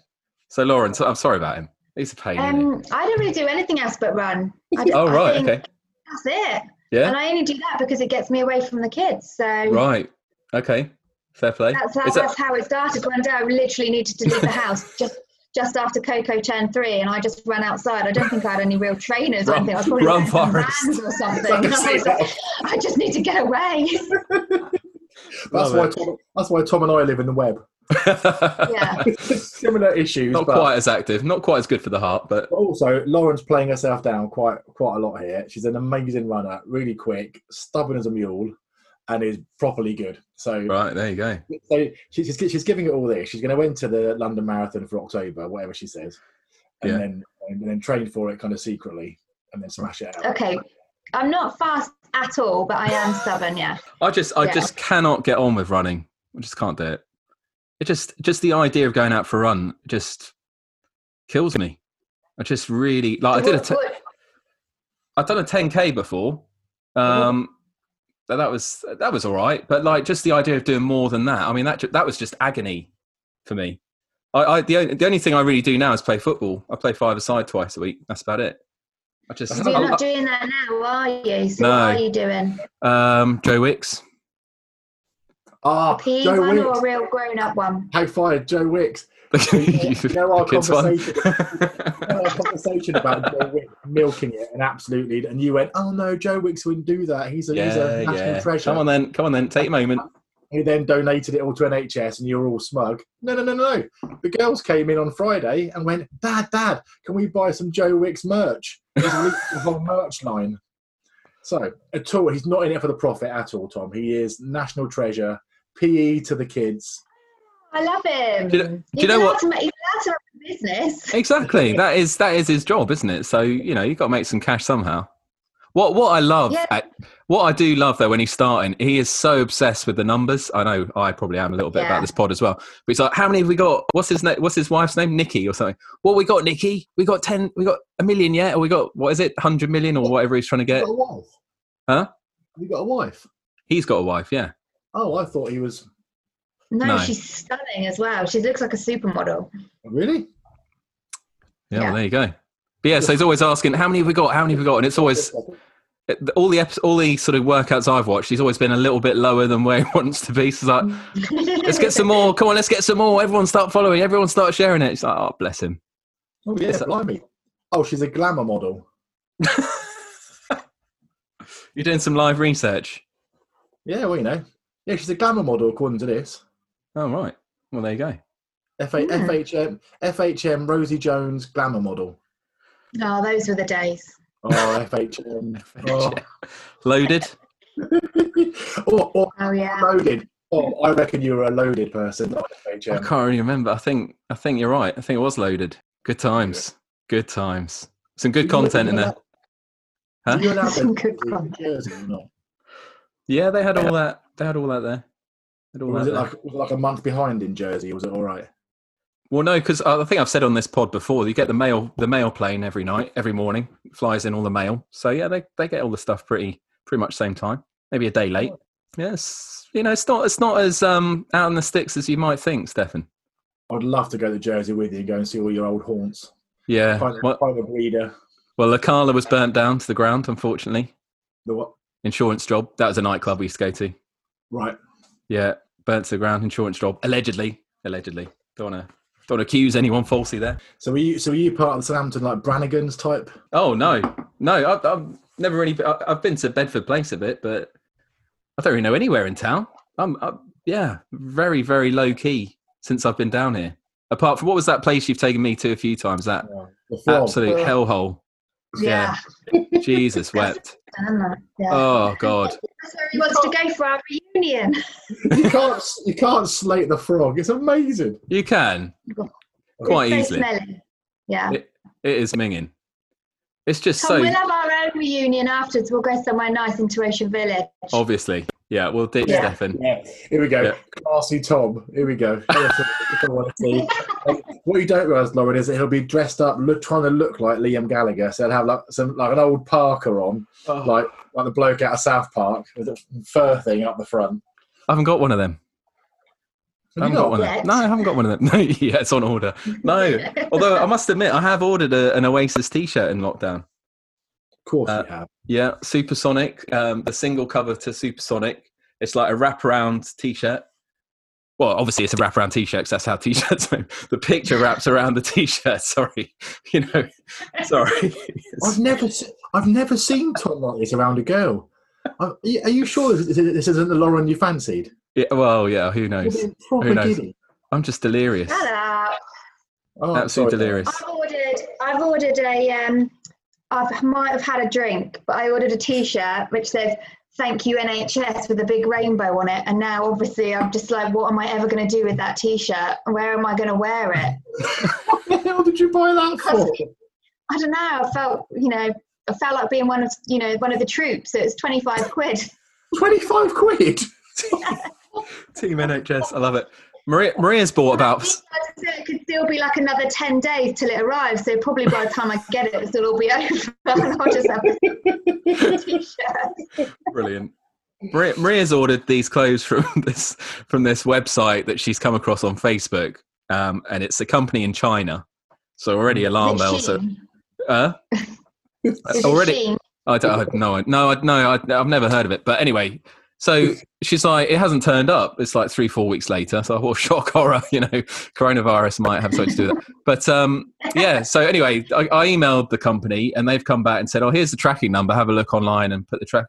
[SPEAKER 3] So, Lauren, so, I'm sorry about him. He's a pain. isn't he?
[SPEAKER 6] Um, I don't really do anything else but run. I,
[SPEAKER 3] oh,
[SPEAKER 6] I
[SPEAKER 3] right.
[SPEAKER 6] think
[SPEAKER 3] Okay.
[SPEAKER 6] That's it. And
[SPEAKER 3] Yeah.
[SPEAKER 6] I only do that because it gets me away from the kids. So
[SPEAKER 3] Right. Okay. Fair play.
[SPEAKER 6] that's, how,
[SPEAKER 3] Is that-
[SPEAKER 6] that's how it started. One day I literally needed to leave the house *laughs* just just after Coco turned three, and I just ran outside. I don't think I had any real trainers or
[SPEAKER 3] Run-
[SPEAKER 6] anything. I was probably
[SPEAKER 3] run
[SPEAKER 6] wearing some
[SPEAKER 3] forest. *laughs*
[SPEAKER 6] Vans or something. *laughs* I, was like, I just need to get away.
[SPEAKER 4] *laughs*
[SPEAKER 6] *laughs*
[SPEAKER 4] That's
[SPEAKER 3] Love
[SPEAKER 4] why,
[SPEAKER 3] it.
[SPEAKER 4] Tom, that's why Tom and I live in the web.
[SPEAKER 3] *laughs*
[SPEAKER 4] *laughs*
[SPEAKER 6] Yeah.
[SPEAKER 4] Similar issues,
[SPEAKER 3] Not
[SPEAKER 4] but,
[SPEAKER 3] quite as active. Not quite as good for the heart, but
[SPEAKER 4] but also Lauren's playing herself down quite quite a lot here. She's an amazing runner, really quick, stubborn as a mule, and is properly good. So
[SPEAKER 3] right there you go.
[SPEAKER 4] so she's, she's, she's giving it all this. She's going to enter the London Marathon for October, whatever she says, and
[SPEAKER 3] Yeah.
[SPEAKER 4] then and then train for it kind of secretly, and then smash it out.
[SPEAKER 6] Okay. I'm not fast at all, but I am stubborn. Yeah.
[SPEAKER 3] I just I
[SPEAKER 6] Yeah.
[SPEAKER 3] just cannot get on with running. I just can't do it. It just just the idea of going out for a run just kills me. I just really like I did a
[SPEAKER 6] What-
[SPEAKER 3] t-
[SPEAKER 6] what-
[SPEAKER 3] I've done a 10k before.
[SPEAKER 6] Uh-huh.
[SPEAKER 3] Um but that was that was all right, but like just the idea of doing more than that. I mean that ju- that was just agony for me. I, I the only, the only thing I really do now is play football. I play five a side twice a week. That's about it. I just
[SPEAKER 6] so
[SPEAKER 3] *laughs*
[SPEAKER 4] You're
[SPEAKER 6] you're
[SPEAKER 3] I-
[SPEAKER 6] not doing that now, are you? So
[SPEAKER 3] No.
[SPEAKER 6] what are you doing?
[SPEAKER 3] um Joe Wicks.
[SPEAKER 4] Ah,
[SPEAKER 6] P
[SPEAKER 4] Joe
[SPEAKER 6] one or
[SPEAKER 4] Wicks.
[SPEAKER 6] a real grown up one?
[SPEAKER 4] High five, Joe Wicks.
[SPEAKER 3] *laughs* The
[SPEAKER 4] You know our
[SPEAKER 3] kids one.
[SPEAKER 4] We had a conversation about
[SPEAKER 6] *laughs*
[SPEAKER 4] Joe Wicks milking it and absolutely, and you went, "Oh no, Joe Wicks wouldn't do that. He's a he's a
[SPEAKER 3] yeah,
[SPEAKER 4] national
[SPEAKER 3] yeah. *laughs*
[SPEAKER 4] treasure."
[SPEAKER 3] Come on then, come on then, take a moment.
[SPEAKER 4] He then donated it all to NHS, and you're all smug. No, no, no, no. no. The girls came in on Friday and went, "Dad, Dad, can we buy some Joe Wicks merch?" He's leaked the whole merch line. So at all, he's not in it for the profit at all. Tom, he is national treasure, PE to the kids.
[SPEAKER 6] I love him.
[SPEAKER 3] Do you know-
[SPEAKER 6] He's
[SPEAKER 3] you know
[SPEAKER 6] allowed
[SPEAKER 3] what-
[SPEAKER 6] To make, he's allowed to run a business.
[SPEAKER 3] Exactly. That is that is his job, isn't it? So you know you've got to make some cash somehow. What what I love,
[SPEAKER 6] Yeah.
[SPEAKER 3] I- what I do love though, when he's starting, he is so obsessed with the numbers. I know I probably am a little bit
[SPEAKER 6] Yeah.
[SPEAKER 3] about this pod as well. But he's like, how many have we got? What's his name? What's his wife's name? Nikki or something. What we got, Nikki? We got ten. We got a million yet, or we got what is it, hundred million, or whatever he's trying to
[SPEAKER 4] You
[SPEAKER 3] get.
[SPEAKER 4] got a wife?
[SPEAKER 3] Huh?
[SPEAKER 4] Have you got a wife?
[SPEAKER 3] He's got a wife, yeah.
[SPEAKER 4] Oh, I thought he was
[SPEAKER 6] No,
[SPEAKER 3] No.
[SPEAKER 6] she's stunning as well. She looks like a supermodel.
[SPEAKER 4] really.
[SPEAKER 3] Yeah,
[SPEAKER 6] Yeah.
[SPEAKER 3] Well, there you go. But yeah, so he's always asking, how many have we got? How many have we got? And it's always it- all the eps- all the sort of workouts I've watched, he's always been a little bit lower than where he *laughs* wants to be. So he's like,
[SPEAKER 6] *laughs*
[SPEAKER 3] let's get some more. Come on, let's get some more. Everyone start following. Everyone start sharing it. It's like, oh, bless him.
[SPEAKER 4] Oh yeah,
[SPEAKER 3] It's a-
[SPEAKER 4] blimey. Oh, she's a glamour model.
[SPEAKER 3] You're doing some live research.
[SPEAKER 4] Yeah, well you know. Yeah, she's a glamour model according to this.
[SPEAKER 3] Oh, right. Well, there you go. *laughs*
[SPEAKER 4] F- FHM, FHM Rosie Jones glamour model. Oh,
[SPEAKER 6] Oh, those were the days.
[SPEAKER 4] or
[SPEAKER 3] *laughs*
[SPEAKER 4] FHM, or,
[SPEAKER 3] Loaded.
[SPEAKER 4] *laughs* or, or
[SPEAKER 6] Oh yeah.
[SPEAKER 4] loaded. Oh, I reckon you were a loaded person, not
[SPEAKER 3] I
[SPEAKER 4] FHM.
[SPEAKER 3] can't really remember. I think I think you're right. I think it was loaded. Good times. Good times. Some good content in
[SPEAKER 4] *laughs*
[SPEAKER 3] there. Huh?
[SPEAKER 4] You allowed
[SPEAKER 6] Some
[SPEAKER 4] them
[SPEAKER 6] good
[SPEAKER 4] to
[SPEAKER 3] *laughs*
[SPEAKER 6] content.
[SPEAKER 4] be in Jersey or not?
[SPEAKER 3] Yeah, they had all that. They had all that there. They had
[SPEAKER 4] Or
[SPEAKER 3] all
[SPEAKER 4] was
[SPEAKER 3] that
[SPEAKER 4] it
[SPEAKER 3] there.
[SPEAKER 4] like was it like a month behind in Jersey? Was it all right?
[SPEAKER 3] well, no, because I think I've said on this pod before, you get the mail, the mail plane every night, every morning, flies in all the mail. So yeah, they, they get all the stuff pretty pretty much same time, maybe a day late. Yes, you know, it's not it's not as um out in the sticks as you might think, Stefan.
[SPEAKER 4] I'd love to go to Jersey with you and go and see all your old haunts.
[SPEAKER 3] Yeah.
[SPEAKER 4] Find,
[SPEAKER 3] Well,
[SPEAKER 4] find a breeder.
[SPEAKER 3] well, La Carla was burnt down to the ground, unfortunately.
[SPEAKER 4] The what?
[SPEAKER 3] Insurance job. That was a nightclub we used to go to.
[SPEAKER 4] Right.
[SPEAKER 3] Yeah, burnt to the ground, insurance job. Allegedly, allegedly. Don't wanna don't wanna accuse anyone falsely there.
[SPEAKER 4] So were you so were you part of the Southampton like Brannigan's type?
[SPEAKER 3] Oh no, no. I've, I've never really. I- I've been to Bedford Place a bit, but I don't really know anywhere in town. I'm, i yeah, very very low key since I've been down here. Apart from what was that place you've taken me to a few times? That
[SPEAKER 4] The flog.
[SPEAKER 3] absolute hellhole.
[SPEAKER 6] uh, Yeah.
[SPEAKER 3] Jesus wept.
[SPEAKER 6] Yeah. yeah.
[SPEAKER 3] Oh god.
[SPEAKER 6] That's where he wants to go for our reunion.
[SPEAKER 4] you can't you can't slate the frog. It's amazing.
[SPEAKER 3] You can. *laughs* Quite
[SPEAKER 6] It's so
[SPEAKER 3] easily.
[SPEAKER 6] smelly. Yeah.
[SPEAKER 3] It is minging. It's just
[SPEAKER 6] Tom,
[SPEAKER 3] so
[SPEAKER 6] we'll have our own reunion afterwards. We'll go somewhere nice into Ocean Village.
[SPEAKER 3] obviously. Yeah, we'll ditch
[SPEAKER 6] Yeah.
[SPEAKER 3] Stefan.
[SPEAKER 4] Yeah. Here we go.
[SPEAKER 3] Yeah.
[SPEAKER 4] Classy Tom. Here we go. Yes, I- I wanna see. Um, what you don't realise, Lauren, is that he'll be dressed up, look, trying to look like Liam Gallagher. So he'll have like some like an old Parker on, like like the bloke out of South Park with the fur thing up the front.
[SPEAKER 3] I haven't got one of them. I
[SPEAKER 4] Have
[SPEAKER 3] haven't
[SPEAKER 4] you
[SPEAKER 3] got
[SPEAKER 4] not?
[SPEAKER 3] one of
[SPEAKER 6] yet?
[SPEAKER 3] them. No, I haven't got one of them. *laughs* No, yeah, it's on order.
[SPEAKER 4] *laughs*
[SPEAKER 3] No, although I must admit, I have ordered a, an Oasis T-shirt in lockdown.
[SPEAKER 4] Of course
[SPEAKER 3] Uh,
[SPEAKER 4] you have.
[SPEAKER 3] Yeah, Supersonic, um, the single cover to Supersonic. It's like a wraparound T-shirt. Well, obviously, it's a wraparound T-shirt. 'cause that's how *laughs* T-shirts. Move. The picture wraps around the T-shirt. *laughs* Sorry, you know, *laughs*
[SPEAKER 6] *laughs*
[SPEAKER 3] sorry.
[SPEAKER 4] I've never, se- I've never seen Tom like this around a girl. I, are you sure this, this isn't the Lauren you fancied?
[SPEAKER 3] Yeah, well, yeah. Who knows?
[SPEAKER 4] You're being proper
[SPEAKER 3] Who knows?
[SPEAKER 4] giddy.
[SPEAKER 3] I'm just delirious.
[SPEAKER 6] Shut up.
[SPEAKER 4] Oh, I'm sorry,
[SPEAKER 3] Absolutely
[SPEAKER 4] Lauren.
[SPEAKER 3] delirious.
[SPEAKER 6] I've ordered. I've ordered a. Um, I might have had a drink, but I ordered a T-shirt which says "Thank you NHS" with a big rainbow on it. And now, obviously, I'm just like, what am I ever going to do with that T-shirt? Where am I going to wear it?
[SPEAKER 4] *laughs* What the hell did you buy that for? *laughs*
[SPEAKER 6] I don't know. I felt, you know, I felt like being one of, you know, one of the troops. So it's twenty-five quid.
[SPEAKER 4] Twenty-five quid.
[SPEAKER 3] Team NHS. I love it. Maria, Maria's bought about.
[SPEAKER 6] It could still be like another ten days till it arrives. So probably by the time I get it, it'll all be *laughs* over, and I'll just have a T-shirt.
[SPEAKER 3] Brilliant. Maria, Maria's ordered these clothes from *laughs* this from this website that she's come across on Facebook, um, and it's a company in China. So already alarm bells. Are,
[SPEAKER 6] Sheen.
[SPEAKER 3] uh,
[SPEAKER 6] Is it
[SPEAKER 3] already,
[SPEAKER 6] Sheen?
[SPEAKER 3] I don't I, no, I- no, I, no, I, I've never heard of it. But anyway, so she's like, it hasn't turned up. It's like three, four weeks later. So I thought, *laughs* shock horror, you know, coronavirus might have something to do with that. But um, yeah, so anyway, I, I emailed the company and they've come back and said, oh, here's the tracking number. Have a look online and put the track.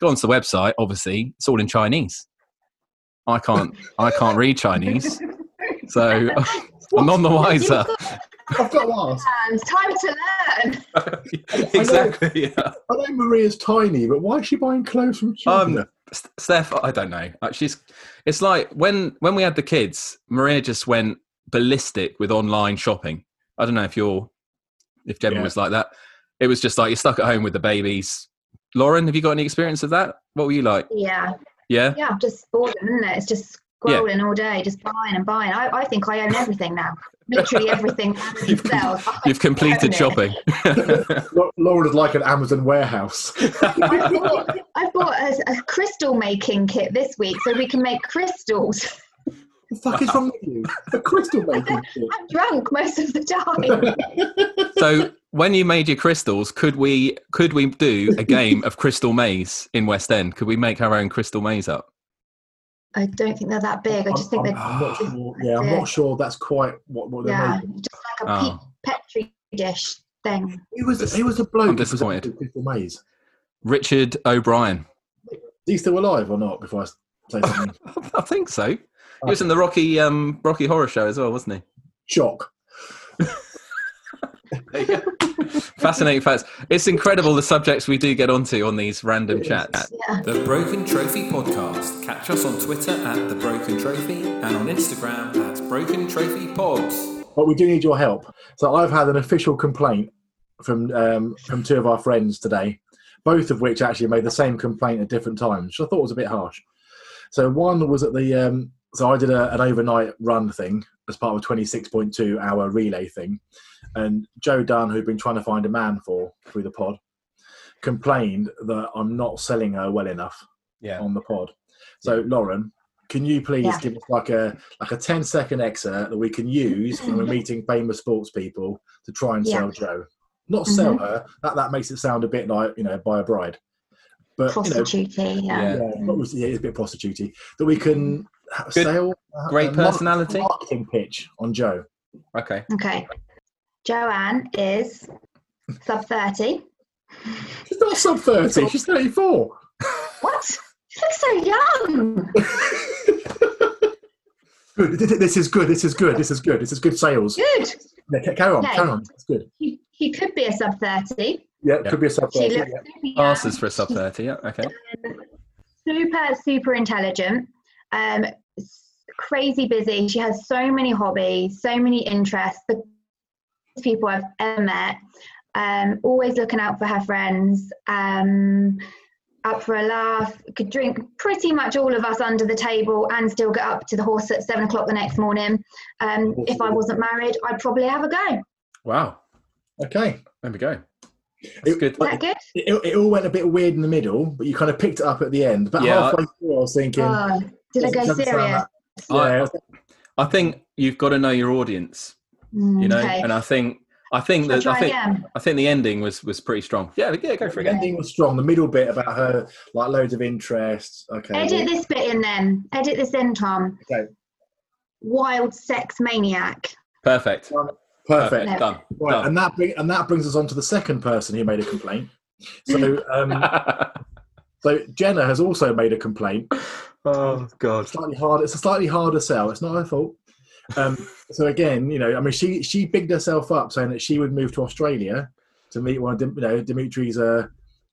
[SPEAKER 3] Go onto the website. Obviously, it's all in Chinese. I can't, I can't read Chinese,
[SPEAKER 6] *laughs*
[SPEAKER 3] so *laughs* I'm none the wiser.
[SPEAKER 4] I've got to ask.
[SPEAKER 6] It's time to learn.
[SPEAKER 3] *laughs* exactly. Yeah.
[SPEAKER 4] I know Maria's tiny, but why is she buying clothes from China?
[SPEAKER 3] Um, S- Steph, I don't know. Like, She's. It's like when when we had the kids, Maria just went ballistic with online shopping. I don't know if you're, if Gemma
[SPEAKER 4] Yeah.
[SPEAKER 3] was like that. It was just like you're stuck at home with the babies. Lauren, have you got any experience of that? What were you like?
[SPEAKER 6] Yeah,
[SPEAKER 3] Yeah.
[SPEAKER 6] yeah, I'm just bored, isn't it? It's just
[SPEAKER 3] Yeah.
[SPEAKER 6] scrolling all day, just buying and buying. I, I think I own everything now. Literally everything Amazon
[SPEAKER 3] You've com-
[SPEAKER 6] sells. I
[SPEAKER 3] You've completed
[SPEAKER 6] own it.
[SPEAKER 3] shopping. *laughs* Um,
[SPEAKER 4] *laughs* La- Lauren is like an Amazon warehouse. *laughs*
[SPEAKER 6] I bought, I bought a, a crystal making kit this week so we can make crystals. *laughs*
[SPEAKER 4] the fuck is wrong with you? A crystal making kit.
[SPEAKER 6] I'm drunk most of the time.
[SPEAKER 3] so when you made your crystals, could we could we do a game of crystal maze in West End? Could we make our own crystal maze up?
[SPEAKER 6] I don't think they're that big. *laughs* I just think
[SPEAKER 4] I'm,
[SPEAKER 6] they're
[SPEAKER 4] I'm not sure. Yeah, I'm not sure that's quite what, what *laughs* they're
[SPEAKER 6] yeah,
[SPEAKER 4] making.
[SPEAKER 6] just like a
[SPEAKER 3] Oh.
[SPEAKER 6] pe- petri dish thing.
[SPEAKER 4] Who was, who was the
[SPEAKER 3] I'm
[SPEAKER 4] bloke? who presented
[SPEAKER 3] disappointed.
[SPEAKER 4] Crystal Maze.
[SPEAKER 3] Richard O'Brien.
[SPEAKER 4] Is he still alive or not? Before I s- say
[SPEAKER 3] *laughs*
[SPEAKER 4] something,
[SPEAKER 3] I think so. He was in the Rocky um, Rocky Horror Show as well, wasn't he?
[SPEAKER 4] shock.
[SPEAKER 3] Fascinating facts. It's incredible the subjects we do get onto on these random chats.
[SPEAKER 6] Yeah.
[SPEAKER 2] The Broken Trophy Podcast. Catch us on Twitter at The Broken Trophy and on Instagram at Broken Trophy Pods.
[SPEAKER 4] But we do need your help. So I've had an official complaint from um, from two of our friends today, both of which actually made the same complaint at different times, which I thought was a bit harsh. So one was at the um, so I did a, an overnight run thing as part of a 26.2 hour relay thing, and Joe Dunn, who'd been trying to find a man for through the pod, complained that I'm not selling her well enough
[SPEAKER 3] Yeah.
[SPEAKER 4] on the pod. So Lauren, can you please
[SPEAKER 6] Yeah.
[SPEAKER 4] give us like a like a 10 second excerpt that we can use when we're meeting famous sports people to try and
[SPEAKER 6] Yeah. Mm-hmm.
[SPEAKER 4] sell Joe? Not sell her. That that makes it sound a bit like you know buy a bride, but you know,
[SPEAKER 6] Prostitute. Yeah.
[SPEAKER 3] Yeah.
[SPEAKER 4] yeah, but was- yeah, it's a bit prostitutey that we can ha-
[SPEAKER 3] Mm. Good.
[SPEAKER 4] sell. uh,
[SPEAKER 3] Great
[SPEAKER 4] a mark-
[SPEAKER 3] personality.
[SPEAKER 4] marketing pitch on Joe.
[SPEAKER 3] Okay.
[SPEAKER 6] Okay. Joanne is sub 30.
[SPEAKER 4] She's not sub thirty. She's thirty four.
[SPEAKER 6] What? She looks so young.
[SPEAKER 4] Good. Th- th- This is good. This is good. This is good. This is good sales.
[SPEAKER 6] Good.
[SPEAKER 4] Yeah, ca- carry on.
[SPEAKER 6] Yeah.
[SPEAKER 4] Carry on. It's good.
[SPEAKER 6] She, she could be a sub 30.
[SPEAKER 4] Yeah,
[SPEAKER 3] Yeah.
[SPEAKER 4] could be a sub
[SPEAKER 6] She
[SPEAKER 4] thirty.
[SPEAKER 6] looks
[SPEAKER 4] yeah.
[SPEAKER 6] super young.
[SPEAKER 3] Passes for a sub 30. Yeah. Okay.
[SPEAKER 6] super super intelligent um s- crazy busy she has so many hobbies so many interests the best people i've ever met um always looking out for her friends um up for a laugh could drink pretty much all of us under the table and still get up to the horse at seven o'clock the next morning um if i wasn't married i'd probably have a go is
[SPEAKER 3] Wow.
[SPEAKER 4] Okay.
[SPEAKER 3] There we go. That's good.
[SPEAKER 6] that good
[SPEAKER 4] It, it all went a bit weird in the middle, but you kind of picked it up at the end. But
[SPEAKER 3] Yeah, I-
[SPEAKER 4] halfway through, I was thinking,
[SPEAKER 6] oh, did i
[SPEAKER 4] doesn't-
[SPEAKER 6] go
[SPEAKER 4] doesn't sound
[SPEAKER 6] serious
[SPEAKER 4] that- yeah,
[SPEAKER 3] I think you've got to know your audience,
[SPEAKER 6] Mm,
[SPEAKER 3] you know,
[SPEAKER 6] okay
[SPEAKER 3] and I think I think
[SPEAKER 6] Shall I
[SPEAKER 3] that I
[SPEAKER 6] try
[SPEAKER 3] think
[SPEAKER 6] again
[SPEAKER 3] I think the ending was was pretty strong. Yeah, yeah, go for it
[SPEAKER 4] the
[SPEAKER 3] again.
[SPEAKER 4] ending was strong. The middle bit about her, like loads of interests. Okay.
[SPEAKER 6] Edit this bit in then. Edit this in, Tom.
[SPEAKER 4] Okay.
[SPEAKER 6] Wild sex maniac.
[SPEAKER 3] Perfect.
[SPEAKER 4] Perfect.
[SPEAKER 6] No.
[SPEAKER 3] Done.
[SPEAKER 4] Right, and that bring, and that brings us on to the second person who made a complaint. So,
[SPEAKER 3] *laughs*
[SPEAKER 4] um, so Jenna has also made a complaint.
[SPEAKER 3] oh God.
[SPEAKER 4] Slightly hard. It's a slightly harder sell. It's not her fault. Um, so again, you know, I mean, she she bigged herself up saying that she would move to Australia to meet one of Dim- you know Dimitri's uh,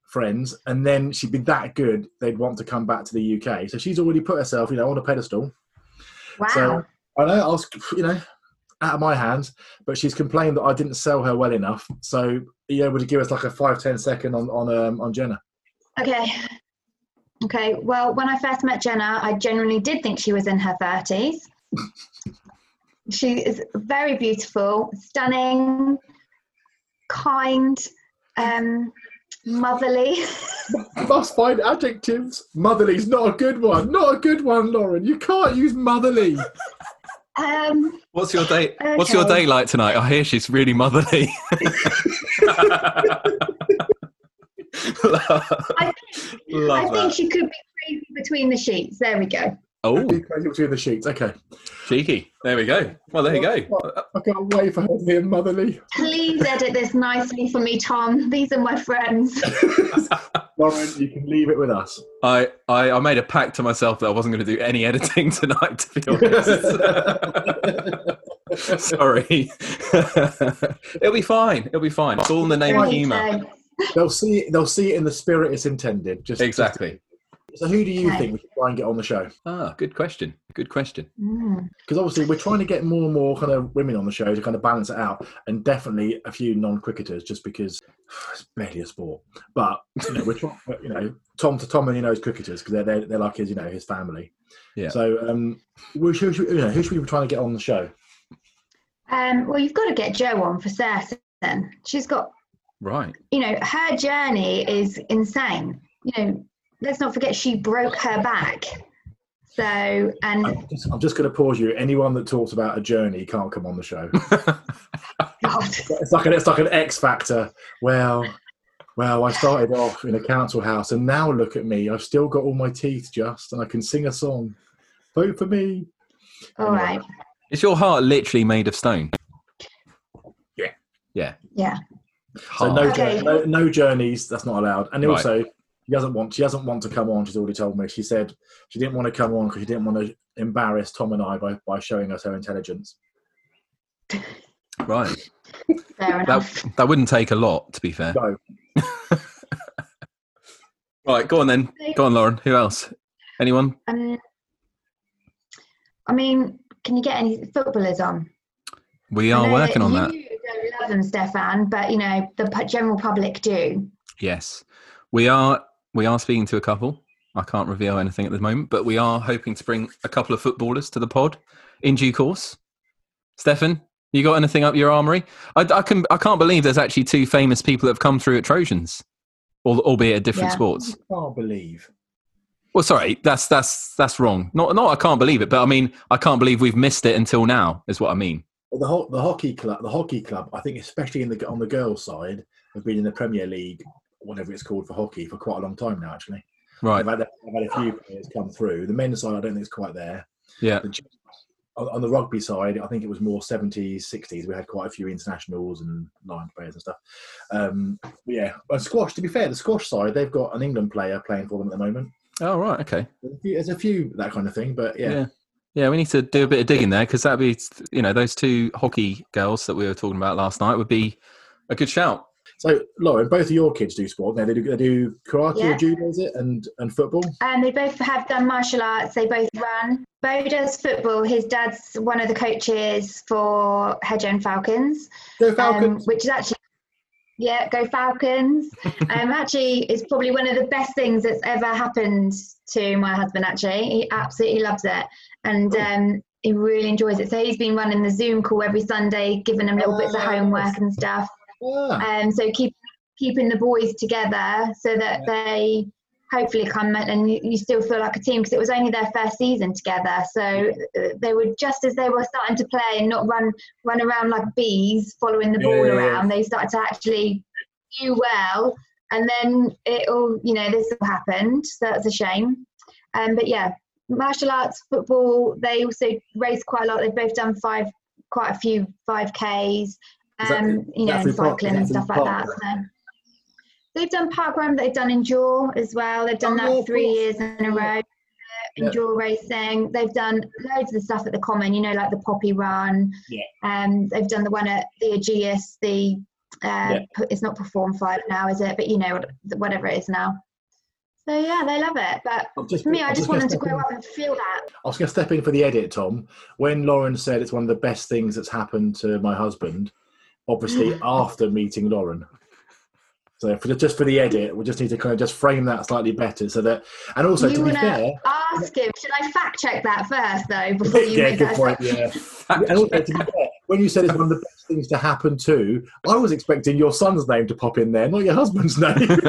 [SPEAKER 4] friends, and then she'd be that good they'd want to come back to the UK. So she's already put herself, you know, on a pedestal.
[SPEAKER 6] Wow.
[SPEAKER 4] So I know I was, you know, out of my hands, but she's complained that I didn't sell her well enough. So are you able to give us like a five ten second on on um, on Jenna?
[SPEAKER 6] okay. Okay. Well, when I first met Jenna, I genuinely did think she was in her 30s. she is very beautiful, stunning, kind, um, motherly. *laughs*
[SPEAKER 4] Must find adjectives. Motherly's not a good one. Not a good one, Lauren. You can't use motherly.
[SPEAKER 6] Um,
[SPEAKER 3] What's your day? What's your
[SPEAKER 6] Okay.
[SPEAKER 3] day like tonight? I hear she's really
[SPEAKER 6] *laughs*
[SPEAKER 3] motherly. *laughs*
[SPEAKER 6] I I
[SPEAKER 3] Love
[SPEAKER 6] think
[SPEAKER 3] that.
[SPEAKER 6] she could be crazy between the sheets. There we go.
[SPEAKER 3] Oh,
[SPEAKER 4] Crazy between the sheets. Okay.
[SPEAKER 3] cheeky. There we go. Well, there you go.
[SPEAKER 4] I can't wait for her to hear motherly.
[SPEAKER 6] Please edit this nicely for me, Tom. These are my friends.
[SPEAKER 4] Lauren, you can leave it with us.
[SPEAKER 3] I, I, I made a pact to myself that I wasn't going to do any editing *laughs* tonight, to be honest. *laughs* Sorry. It'll be fine. It'll be fine. It's all in the
[SPEAKER 6] *laughs*
[SPEAKER 3] name of
[SPEAKER 6] There you
[SPEAKER 3] humour.
[SPEAKER 6] go.
[SPEAKER 4] They'll see. They'll see it in the spirit it's intended. Just
[SPEAKER 3] Exactly.
[SPEAKER 4] just- so, who do you
[SPEAKER 6] Okay.
[SPEAKER 4] think we should try and get on the show?
[SPEAKER 3] Ah, good question. Good question.
[SPEAKER 6] Mm.
[SPEAKER 4] because obviously we're trying to get more and more kind of women on the show to kind of balance it out, and definitely a few non-cricketers, just because *sighs* it's barely a sport. But you know, we're trying, you know, Tom to Tom, and he knows cricketers because they're, they're they're like his, you know, his family.
[SPEAKER 3] Yeah.
[SPEAKER 4] So, um, who should, who should- you know, who should we be trying to get on the show?
[SPEAKER 6] Um, well, you've got to get Jo on for certain. She's got,
[SPEAKER 3] Right.
[SPEAKER 6] you know, her journey is insane. You know, let's not forget she broke her back. So, and
[SPEAKER 4] I'm just, I'm just going to pause you. Anyone that talks about a journey can't come on the show.
[SPEAKER 6] God,
[SPEAKER 4] it's like an, it's like an X Factor. Well. Well, I started off in a council house, and now look at me. I've still got all my teeth, just, and I can sing a song. Vote for me.
[SPEAKER 6] all right,
[SPEAKER 3] Is your heart literally made of stone?
[SPEAKER 6] yeah.
[SPEAKER 4] So no,
[SPEAKER 3] Heart.
[SPEAKER 6] Okay.
[SPEAKER 4] jour- no, no journeys. That's not allowed. And
[SPEAKER 3] Right.
[SPEAKER 4] also, she doesn't want. She doesn't want to come on. She's already told me. She said she didn't want to come on because she didn't want to embarrass Tom and I by, by showing us her intelligence.
[SPEAKER 3] Right.
[SPEAKER 6] Fair enough.
[SPEAKER 3] That that wouldn't take a lot, to be fair.
[SPEAKER 4] No.
[SPEAKER 3] Right, go on then. Go on, Lauren. Who else? Anyone?
[SPEAKER 6] Um, I mean, can you get any footballers on?
[SPEAKER 3] We
[SPEAKER 6] I
[SPEAKER 3] are
[SPEAKER 6] know
[SPEAKER 3] working on
[SPEAKER 6] you
[SPEAKER 3] that.
[SPEAKER 6] Don't love them, Stefan, but you know the pu- general public do.
[SPEAKER 3] Yes, we are. We are speaking to a couple. I can't reveal anything at the moment, but we are hoping to bring a couple of footballers to the pod in due course. Stefan, you got anything up your armory? I, I can. I can't believe there's actually two famous people that have come through at Trojans, al- albeit at different
[SPEAKER 6] Yeah.
[SPEAKER 3] sports.
[SPEAKER 4] Can't believe.
[SPEAKER 3] Well, sorry, that's that's that's wrong. Not not. I can't believe it, but I mean, I can't believe we've missed it until now. Is what I mean.
[SPEAKER 4] Well, the ho- the hockey club, the hockey club, I think especially in the on the girls' side, have been in the Premier League, whatever it's called for hockey, for quite a long time now. Actually,
[SPEAKER 3] Right.
[SPEAKER 4] I've, had a, I've had a few players come through. The men's side, I don't think it's quite there.
[SPEAKER 3] Yeah.
[SPEAKER 4] The, ju- on on the rugby side, I think it was more 70s, 60s. We had quite a few internationals and line players and stuff. Um, but yeah, but squash. To be fair, the squash side, they've got an England player playing for them at the moment.
[SPEAKER 3] Oh right. Okay.
[SPEAKER 4] There's a few, there's a few that kind of thing, but yeah,
[SPEAKER 3] yeah. Yeah, we need to do a bit of digging there because that'd be, you know, those two hockey girls that we were talking about last night would be a good shout.
[SPEAKER 4] So, Lauren, both of your kids do sport. Now they do, they do karate
[SPEAKER 6] Yeah.
[SPEAKER 4] or judo, is it, and and football?
[SPEAKER 6] Um, they both have done martial arts. They both run. Bo does football. His dad's one of the coaches for Hedge End Falcons.
[SPEAKER 4] Go
[SPEAKER 6] um,
[SPEAKER 4] Falcons!
[SPEAKER 6] which is actually yeah go falcons um actually it's probably one of the best things that's ever happened to my husband actually he absolutely loves it and um he really enjoys it so he's been running the zoom call every sunday giving them little bits of homework and stuff
[SPEAKER 4] Ah,
[SPEAKER 6] um so keep keeping the boys together so that they hopefully come and- and you you still feel like a team because it was only their first season together so uh, they were just as they were starting to play and not run run around like bees following the
[SPEAKER 4] Yeah,
[SPEAKER 6] ball
[SPEAKER 4] yeah, yeah.
[SPEAKER 6] around they started to actually do well and then it all you know this all happened so that's a shame um, but yeah martial arts football they also race quite a lot they've both done five quite a few 5ks
[SPEAKER 4] Is that-
[SPEAKER 6] um, you know
[SPEAKER 4] that's
[SPEAKER 6] and
[SPEAKER 4] in park-
[SPEAKER 6] cycling and
[SPEAKER 4] that's in
[SPEAKER 6] stuff like that
[SPEAKER 4] park,
[SPEAKER 6] so. They've done parkrun, they've done endure as well. They've done
[SPEAKER 4] Oh, yeah,
[SPEAKER 6] that
[SPEAKER 4] of
[SPEAKER 6] three
[SPEAKER 4] course.
[SPEAKER 6] years in a row.
[SPEAKER 4] Yeah.
[SPEAKER 6] Endure racing. They've done loads of the stuff at the Common, you know, like the Poppy Run.
[SPEAKER 4] Yeah.
[SPEAKER 6] Um, they've done the one at the Aegeus, the uh,
[SPEAKER 4] Yeah.
[SPEAKER 6] p- it's not Perform Five now, is it? But you know, what- whatever it is now. So yeah, they love it. But
[SPEAKER 4] I'm just,
[SPEAKER 6] for me, I
[SPEAKER 4] I'm
[SPEAKER 6] just want them
[SPEAKER 4] gonna
[SPEAKER 6] to
[SPEAKER 4] step
[SPEAKER 6] grow
[SPEAKER 4] in-
[SPEAKER 6] up and feel that.
[SPEAKER 4] I was going to step in for the edit, Tom. When Lauren said it's one of the best things that's happened to my husband, obviously
[SPEAKER 6] *laughs*
[SPEAKER 4] after meeting Lauren. So for the, just for the edit, we just need to kind of just frame that slightly better, so that and also
[SPEAKER 6] you
[SPEAKER 4] to be
[SPEAKER 6] wanna
[SPEAKER 4] fair,
[SPEAKER 6] ask him. Should I fact check that
[SPEAKER 4] *laughs*
[SPEAKER 6] first though before you
[SPEAKER 4] yeah,
[SPEAKER 6] make
[SPEAKER 4] good
[SPEAKER 6] that
[SPEAKER 4] point. Yeah, and also to be fair, when you said it's one of the best things to happen to, I was expecting your son's name to pop in there, not your husband's name. *laughs*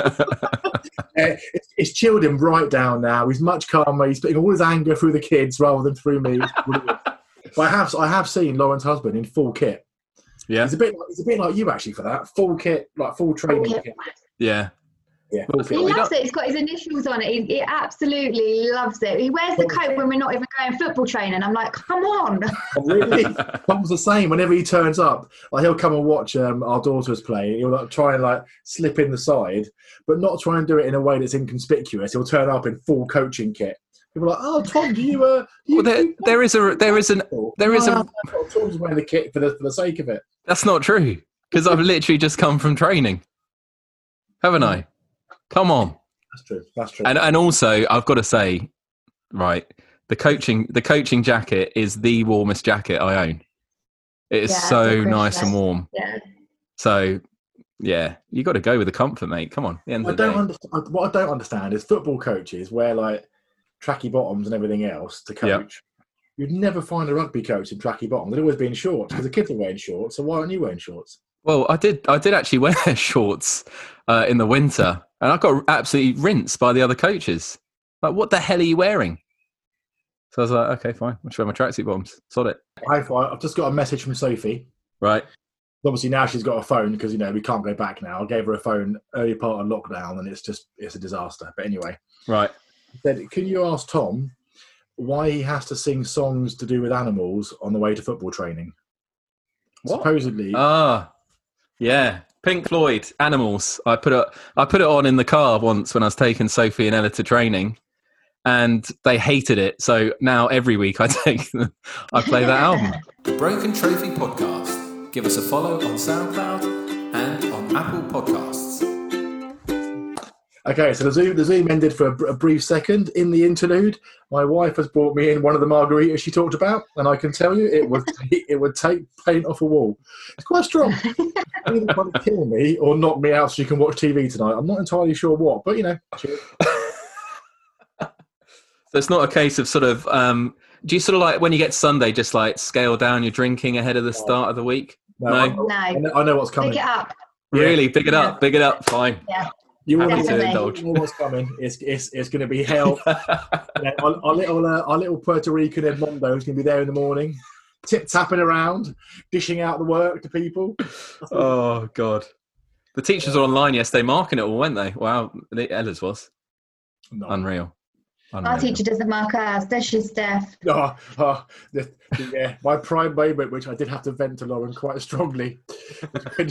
[SPEAKER 4] Uh, it's, it's chilled him right down now. He's much calmer. He's putting all his anger through the kids rather than through me. It's brilliant. but I have I have seen Lauren's husband in full kit.
[SPEAKER 3] yeah,
[SPEAKER 4] He's a bit like, he's a bit like you actually for that full kit, like full training
[SPEAKER 6] Full kit.
[SPEAKER 4] kit.
[SPEAKER 3] yeah.
[SPEAKER 4] Yeah.
[SPEAKER 3] Well,
[SPEAKER 6] He
[SPEAKER 3] we don't-
[SPEAKER 6] loves it. He's got his initials on it. He, he absolutely loves it. He wears the coat when we're not even going football training. I'm like, come on. *laughs*
[SPEAKER 4] And really,
[SPEAKER 3] *laughs*
[SPEAKER 4] Tom's the same. Whenever he turns up, like he'll come and watch um, our daughters play. He'll like, try and like slip in the side, but not try and do it in a way that's inconspicuous. He'll turn up in full coaching kit. People are like, "Oh, Tom, do you?" Uh, do you
[SPEAKER 3] Well, there,
[SPEAKER 4] do
[SPEAKER 3] there is a, there is an.
[SPEAKER 4] football?" Oh,
[SPEAKER 3] there is a-
[SPEAKER 4] "No, no, no, Tom's wearing the kit for the for the sake of it.
[SPEAKER 3] That's not true because I've literally just come from training, haven't I? Come on.
[SPEAKER 4] That's true. That's true.
[SPEAKER 3] and and also I've got to say, right, the coaching the coaching jacket is the warmest jacket I own. It is
[SPEAKER 6] Yeah, it's
[SPEAKER 3] so
[SPEAKER 6] a great
[SPEAKER 3] nice and
[SPEAKER 6] jacket.
[SPEAKER 3] warm.
[SPEAKER 6] Yeah.
[SPEAKER 3] So yeah, you got to go with the comfort, mate. Come on, at the end
[SPEAKER 4] I
[SPEAKER 3] of the
[SPEAKER 4] don't
[SPEAKER 3] day.
[SPEAKER 4] understand. What I don't understand is football coaches wear like tracky bottoms and everything else to
[SPEAKER 3] Yeah.
[SPEAKER 4] coach. You'd never find a rugby coach in tracky bottoms. They'd always be in shorts because the kids are wearing shorts. So why aren't you wearing shorts?
[SPEAKER 3] well, I did I did actually *laughs* wear shorts uh, in the winter, and I got absolutely rinsed by the other coaches. Like, what the hell are you wearing? So I was like, okay, fine. I'll just wear my tracksuit bottoms. Sod it.
[SPEAKER 4] I've, I've just got a message from Sophie.
[SPEAKER 3] Right.
[SPEAKER 4] Obviously now she's got a phone because you know we can't go back now. I gave her a phone early part of lockdown and it's just it's a disaster. But anyway,
[SPEAKER 3] Right.
[SPEAKER 4] she said, can you ask Tom why he has to sing songs to do with animals on the way to football training?
[SPEAKER 3] What?
[SPEAKER 4] Supposedly,
[SPEAKER 3] Ah, yeah. Pink Floyd, Animals. I put it. I put it on in the car once when I was taking Sophie and Ella to training, and they hated it. *laughs* So now every week I take them. I play that album.
[SPEAKER 2] The Broken Trophy Podcast. give us a follow on SoundCloud and on Apple Podcasts.
[SPEAKER 4] Okay, so the Zoom, the Zoom ended for a, br- a brief second. In the interlude, my wife has brought me in one of the margaritas she talked about, and I can tell you it would *laughs* it would take paint off a wall. It's quite strong. Either it's gonna kill me or knock me out so you can watch TV tonight. I'm not entirely sure what, but you know, cheers.
[SPEAKER 3] So it's not a case of sort of. Um, do you sort of like when you get to Sunday, just like scale down your drinking ahead of the
[SPEAKER 4] Oh.
[SPEAKER 3] start of the week? No.
[SPEAKER 4] I,
[SPEAKER 6] No,
[SPEAKER 4] I know, I know what's coming.
[SPEAKER 6] pick it up.
[SPEAKER 4] Yeah.
[SPEAKER 3] Really, big it up, big it up.
[SPEAKER 4] *laughs*
[SPEAKER 3] Fine.
[SPEAKER 4] You all
[SPEAKER 3] Happy
[SPEAKER 4] know,
[SPEAKER 3] to
[SPEAKER 6] Definitely.
[SPEAKER 3] indulge.
[SPEAKER 4] you all know what's coming. It's it's, it's going to
[SPEAKER 3] *laughs*
[SPEAKER 4] be hell. You know, our, our little uh, our little Puerto Rican Edmondo is going to be there in the morning, tip tapping around, dishing out the work to people.
[SPEAKER 3] Oh God. The teachers were online yesterday marking it all, weren't they? Wow, the Ella's was
[SPEAKER 4] No.
[SPEAKER 3] unreal. unreal.
[SPEAKER 6] Our teacher doesn't mark ours, does she, Steph?
[SPEAKER 4] Oh, oh, the, the, yeah, my prime moment, which I did have to vent to Lauren quite strongly. was when-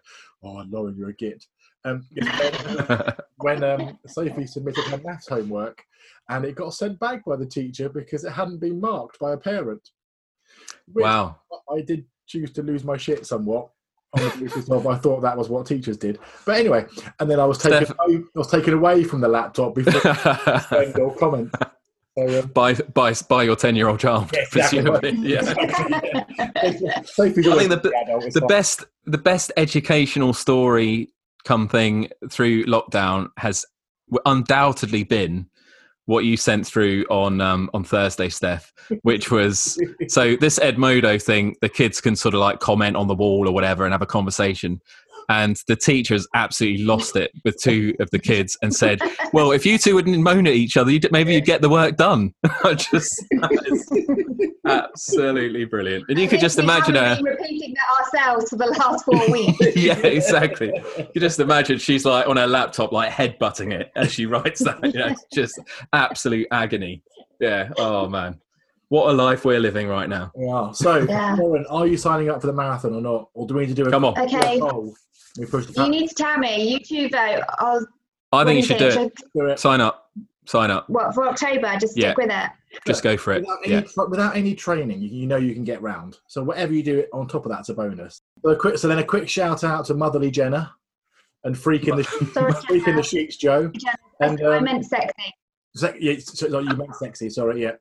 [SPEAKER 4] *laughs* oh, Lauren, you're a git. Um, it's when-
[SPEAKER 3] *laughs*
[SPEAKER 4] when um, Sophie submitted her maths homework, and it got sent back by the teacher because it hadn't been marked by a parent. Which
[SPEAKER 3] wow. *laughs*
[SPEAKER 4] I did choose to lose my shit somewhat. On the basis of I thought that was what teachers did, but anyway, and then I was taken
[SPEAKER 3] Steph-
[SPEAKER 4] away, I was taken away from the laptop
[SPEAKER 3] *laughs*
[SPEAKER 4] before friend or comment. So, um,
[SPEAKER 3] by by by your ten year old child,
[SPEAKER 4] Yeah, exactly.
[SPEAKER 3] presumably. Yeah.
[SPEAKER 4] *laughs* Sophie's
[SPEAKER 3] I
[SPEAKER 4] always
[SPEAKER 3] think the-
[SPEAKER 4] the adult, it's
[SPEAKER 3] the
[SPEAKER 4] not-
[SPEAKER 3] best the best educational story come thing through lockdown has w- undoubtedly been what you sent through on um, on Thursday, Steph, which was so this Edmodo thing. The kids can sort of like comment on the wall or whatever and have a conversation. And the teachers absolutely lost it with two of the kids and said, "Well, if you two wouldn't moan at each other, you'd, maybe you'd get the work done." *laughs* I just that is absolutely brilliant, and you could just
[SPEAKER 6] We
[SPEAKER 3] imagine her
[SPEAKER 6] haven't been repeating that ourselves for the
[SPEAKER 3] *laughs*
[SPEAKER 6] last four weeks.
[SPEAKER 3] yeah, exactly. You just imagine she's like on her laptop, like headbutting it as she writes that. You know, it's just absolute agony. Yeah. Oh man, what a life we're living right now.
[SPEAKER 4] Wow. So,
[SPEAKER 6] Yeah.
[SPEAKER 4] Lauren, are you signing up for the marathon or not? Or do we need to do a
[SPEAKER 3] Come on,
[SPEAKER 6] Okay.
[SPEAKER 4] poll? We push the
[SPEAKER 6] You need to tell me. You two vote. I'll,
[SPEAKER 3] I
[SPEAKER 6] what
[SPEAKER 3] think you should do it.
[SPEAKER 6] Should-
[SPEAKER 4] do it.
[SPEAKER 3] Sign up. Sign up.
[SPEAKER 6] What for October? Just
[SPEAKER 3] Yeah.
[SPEAKER 6] stick with it.
[SPEAKER 3] Just go for it.
[SPEAKER 4] Without any,
[SPEAKER 3] Yeah.
[SPEAKER 4] tra- without any training, you, you know you can get round. So whatever you do on top of that's a bonus. So, a quick, so then a quick shout out to Motherly Jenna and Freaking the *laughs*
[SPEAKER 6] Sorry,
[SPEAKER 4] Freaking the Sheets Joe.
[SPEAKER 6] Jenna.
[SPEAKER 4] And
[SPEAKER 6] I
[SPEAKER 4] um,
[SPEAKER 6] meant sexy.
[SPEAKER 4] sec- yeah, so, so you meant sexy, sorry, yeah.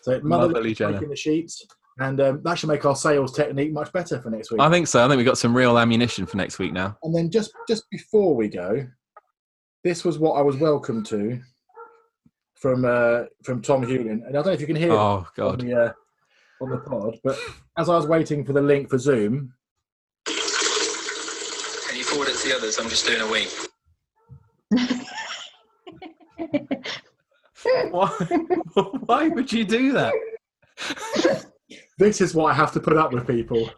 [SPEAKER 4] So Motherly,
[SPEAKER 3] Motherly Jenna.
[SPEAKER 4] Freaking the Sheets. And um, that should make our sales technique much better for next week.
[SPEAKER 3] I think so. I think we got some real ammunition for next week now.
[SPEAKER 4] And then just just before we go, this was what I was welcome to from uh, from Tom Hewlin. And I don't know if you can hear it
[SPEAKER 3] Oh
[SPEAKER 4] on
[SPEAKER 3] god.
[SPEAKER 4] the uh, on the pod, but as I was waiting for the link for Zoom,
[SPEAKER 7] Can you forward it to the others? I'm just doing a wink.
[SPEAKER 3] *laughs* Why, why would you do that?
[SPEAKER 4] this is what I have to put up with people.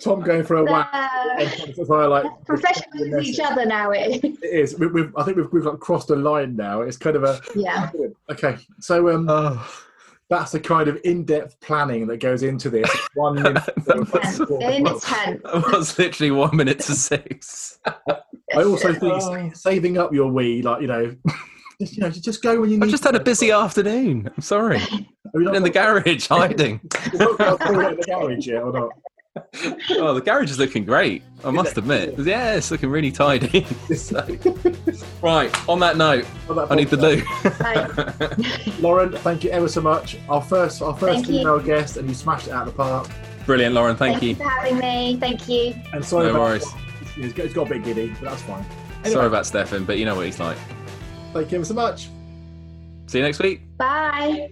[SPEAKER 4] Tom going for a
[SPEAKER 6] *laughs*
[SPEAKER 4] whack.
[SPEAKER 6] Uh,
[SPEAKER 4] and Tom's like, like,
[SPEAKER 6] *laughs* professionals with each other now. *laughs* It is.
[SPEAKER 4] It is. We, we've, I think we've, we've like crossed a line now. It's kind of
[SPEAKER 6] *laughs*
[SPEAKER 4] a
[SPEAKER 6] Yeah.
[SPEAKER 4] okay. So um,
[SPEAKER 3] Oh,
[SPEAKER 4] that's the kind of in-depth planning that goes into this. One
[SPEAKER 3] *laughs*
[SPEAKER 4] minute.
[SPEAKER 3] That was-
[SPEAKER 6] In its tent.
[SPEAKER 3] that was literally one minute to six.
[SPEAKER 4] I also think
[SPEAKER 6] Oh,
[SPEAKER 4] sa- saving up your wee, like you know, *laughs* just, you know, just go when you need.
[SPEAKER 3] I've just had a busy afternoon. I'm sorry.
[SPEAKER 4] Are we not-
[SPEAKER 3] in the garage hiding.
[SPEAKER 4] we've
[SPEAKER 3] *laughs*
[SPEAKER 4] not got a toilet in the garage yet or not?
[SPEAKER 3] Oh, the garage is looking great. I must admit. Yeah, it's looking really tidy. *laughs* So- right. On that note,
[SPEAKER 4] On that
[SPEAKER 3] I need the
[SPEAKER 4] podcast.
[SPEAKER 3] loo.
[SPEAKER 6] Right.
[SPEAKER 4] Lauren, thank you ever so much. Our first, our first
[SPEAKER 6] Thank you.
[SPEAKER 4] female guest, and you smashed it out of the park.
[SPEAKER 3] *laughs* Brilliant, Lauren. Thank,
[SPEAKER 6] Thank
[SPEAKER 3] you.
[SPEAKER 6] you for having me. Thank you.
[SPEAKER 4] And sorry
[SPEAKER 3] No
[SPEAKER 4] about
[SPEAKER 3] worries.
[SPEAKER 4] It's got, it's got a bit giddy, but that's fine. Anyway,
[SPEAKER 3] Sorry about Stefan, but you know what he's like.
[SPEAKER 4] Thank you ever so much.
[SPEAKER 3] See you next week.
[SPEAKER 6] Bye.